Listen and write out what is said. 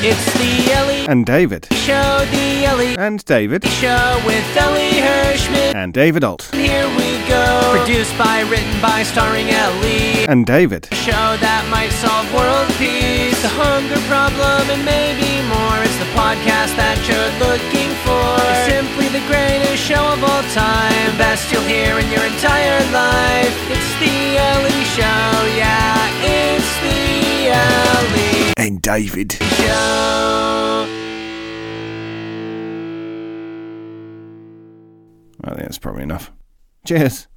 It's the Ellie and David Show, the Ellie and David Show with Ellie Hirschman. and David Alt Here we go. Produced by, written by, starring Ellie. and David Show that might solve world peace, the hunger problem, and maybe more. It's the podcast that you're looking for. It's simply the greatest show of all time, best you'll hear in your entire life. It's the Ellie Show, yeah. It's the Ellie and David. Show. I think that's probably enough. Cheers.